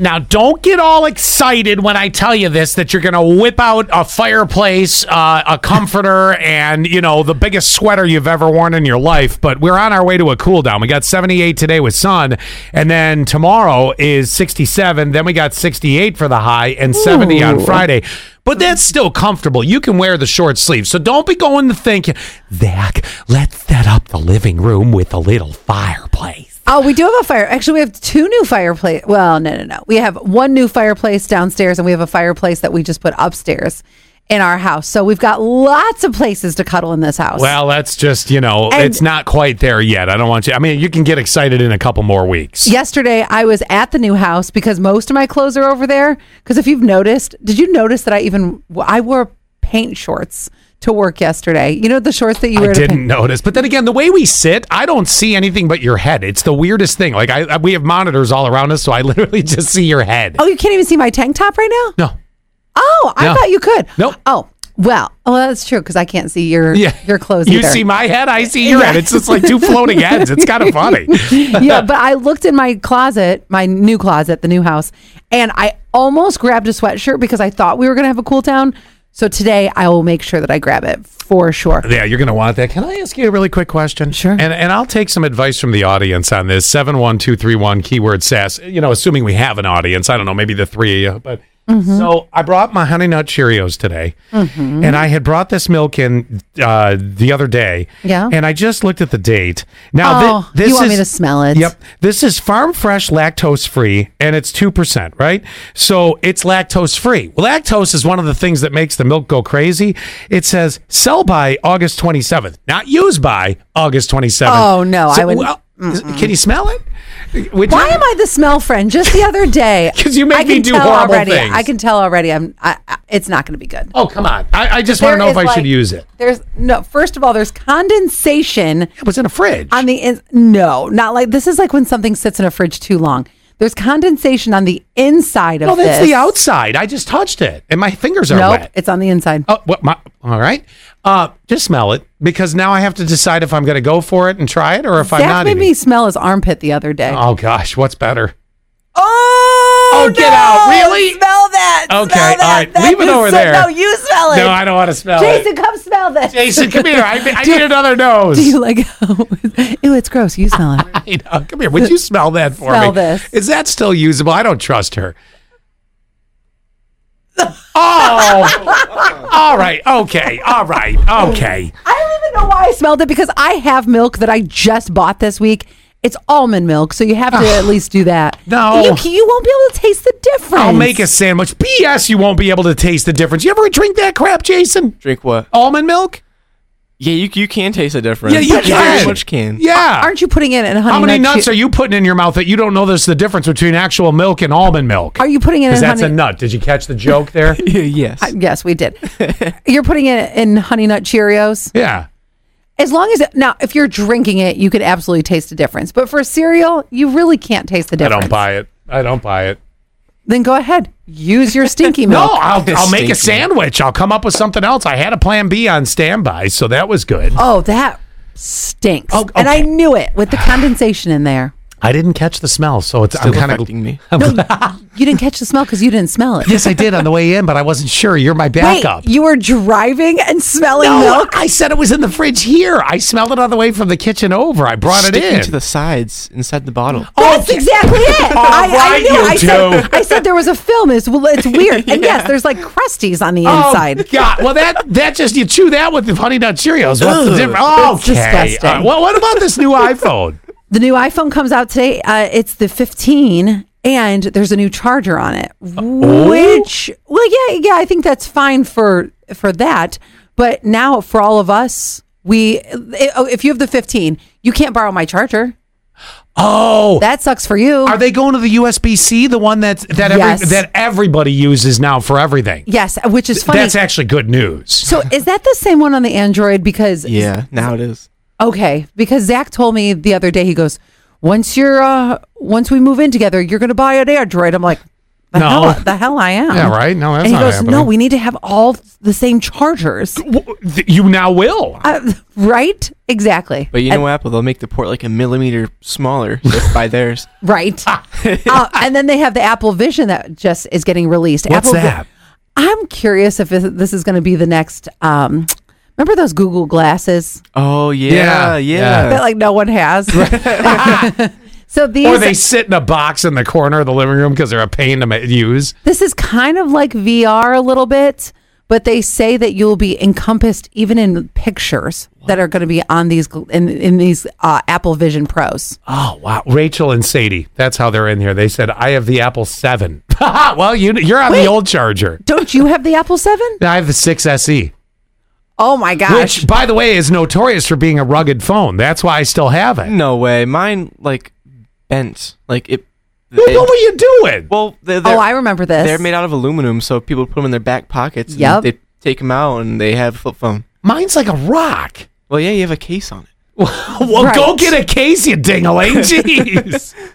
Now, don't get all excited when I tell you this that you're going to whip out a fireplace, uh, a comforter, and, you know, the biggest sweater you've ever worn in your life. But we're on our way to a cool down. We got 78 today with sun, and then tomorrow is 67. Then we got 68 for the high and 70 on Ooh. Friday. But that's still comfortable. You can wear the short sleeves. So don't be going to thinking, Zach, let's set up the living room with a little fireplace. Oh, we do have a fire. Actually, we have two new fireplace. Well, no, no, no. We have one new fireplace downstairs, and we have a fireplace that we just put upstairs in our house. So we've got lots of places to cuddle in this house. Well, that's just, you know, And- it's not quite there yet. I don't want you. I mean, you can get excited in a couple more weeks. Yesterday, I was at the new house because most of my clothes are over there. Because if you've noticed, did you notice that I even I wore paint shorts to work yesterday? You know the shorts that you wear. I to paint? didn't notice. But then again, the way we sit, I don't see anything but your head. It's the weirdest thing. Like I, I we have monitors all around us, so I literally just see your head. Oh, you can't even see my tank top right now. No. Oh, I No. thought you could. Nope. Oh, well. Oh, that's true because I can't see your Yeah. your clothes. You either. see my head, I see your Yeah. head. It's just like two floating heads. It's kind of funny. yeah, but I looked in my closet, my new closet, the new house, and I almost grabbed a sweatshirt because I thought we were going to have a cool down. So today I will make sure that I grab it for sure. Yeah, you're going to want that. Can I ask you a really quick question? Sure. And and I'll take some advice from the audience on this. 71231 keyword sass. You know, assuming we have an audience. I don't know, maybe the three of you, but Mm-hmm. So I brought my honey nut Cheerios today, and I had brought this milk in uh, the other day. Yeah. and I just looked at the date. Now, thi- Oh, this you want me is- to smell it? Yep, this is farm fresh, lactose free, and it's two percent, right? So it's lactose free. Well, lactose is one of the things that makes the milk go crazy. It says sell by August twenty seventh, not use by August twenty seventh. Oh, no, I wouldn't- can you smell it? Would Why you- am I the smell friend? Just the other day, 'Cause you make I me can do tell horrible already. things. I can tell already. I'm. I, I, it's not going to be good. Oh, come on! I, I just want to There know if is, I should like- use it. There's no. First of all, there's condensation It was in a fridge. on the in, no, not like this is like when something sits in a fridge too long. There's condensation on the inside of no, Oh, that's this. the outside. I just touched it, and my fingers are Nope, wet. it's on the inside. Oh, what? My, all right. Uh, just smell it because now I have to decide if I'm going to go for it and try it or if I'm Zach not. made eating. me smell his armpit the other day. Oh gosh, what's better? Oh, Oh, get out. Really? Smell that. Okay, all right. Leave it you over smell- there. you smell No, I don't want to smell Jason, it. come smell this. Jason, come here. I, I need another Do nose. you like? Ew, it's gross. You smell it. I know. Come here. Would you smell that for Smell me? this. Is that still usable? I don't trust her. Oh. all right. Okay. All right. Okay. I don't even know why I smelled it because I have milk that I just bought this week. It's almond milk, so you have to at least do that. No. you, c- you won't be able to taste the difference. I'll make a sandwich. BS. You won't be able to taste the difference. You ever drink that crap, Jason? Drink what? Almond milk? Yeah, you, Oh. you can taste the difference. Yeah, you very can. much can. Yeah. Aren't you putting it in honey? How many nut nuts che- are you putting in your mouth that you don't know there's the difference between actual milk and almond milk? Are you putting it in Because that's a Eh, honey? nut. Did you catch the joke there? Yeah, yes. yes, we did. You're putting it in honey nut Cheerios. yeah. As long as it, now, if you're drinking it, you can absolutely taste the difference. But for cereal, you really can't taste the I difference. don't buy it. I don't buy it. Then go ahead, use your stinky No, milk. I'll, I'll make a Stinky. sandwich. I'll come up with something else. I had a plan B on standby, so that was good. Oh, that stinks. Oh, And I okay. knew it with the condensation in there. I didn't catch the smell, so it's Still I'm affecting kind me. of You didn't catch the smell because you didn't smell it. yes, I did on the way in, but I wasn't sure. You're my Wait, backup. you were driving and smelling no, milk? I said it was in the fridge here. I smelled it on the way from the kitchen over. I brought it Sticking in. to the sides inside the bottle. Oh, That's exactly it. Oh, All I, I right, knew. you I two. said, I said there was a film. It's, well, it's weird. And yes, there's like crusties on the inside. Oh, God. Well, that that just you chew that with the Honey Nut Cheerios. What's the Ugh. difference? Oh, It's disgusting. well, what about this new iPhone? The new iPhone comes out today. Uh, it's the 15, and there's a new charger on it. Which, well, yeah, yeah, I think that's fine for for that. But now, for all of us, we i- oh, if you have the 15, you can't borrow my charger. Oh, That sucks for you. are they going to the USB C, the one that that every, Yes. that everybody uses now for everything? yes, which is funny. That's actually good news. so, is that the same one on the Android? Because Yeah, now it is. Okay, because Zach told me the other day, he goes, "Once you're, uh, once we move in together, you're gonna buy an Android." I'm like, The, No. hell, the hell I am. Yeah, right? No, that's and he not goes, happening. no, we need to have all the same chargers. W- th- You now will. Uh, right? Exactly. But you know, Apple, they'll make the port like a millimeter smaller just by theirs. Right. uh, and then they have the Apple Vision that just is getting released. What's Apple Vi- that? I'm curious if this- this is going to be the next. Um, remember those Google glasses Oh Yeah, yeah, yeah. Uh. yeah. that like no one has. so these. Or they sit in a box in the corner of the living room because they're a pain to ma- use. this is kind of like VR a little bit, but they say that you'll be encompassed even in pictures that are going to be on these gl- in in these uh, Apple Vision Pros. Oh wow, Rachel and Sadie. That's how they're in here. They said I have the Apple Seven. well, you you're on Wait. the old charger. Don't you have the Apple Seven? I have the six E. SE, Oh my gosh! which by the way is notorious for being a rugged phone. That's why I still have it. No way. Mine like bent. Like it. What, it- what were you doing? well, they're, they're, oh, I remember this. they're made out of aluminum, so people put them in their back pockets. and Yep. They take them out and they have a flip phone. Mine's like a rock. Well, yeah, you have a case on it. well, go Right. get a case, you dingaling. Jeez.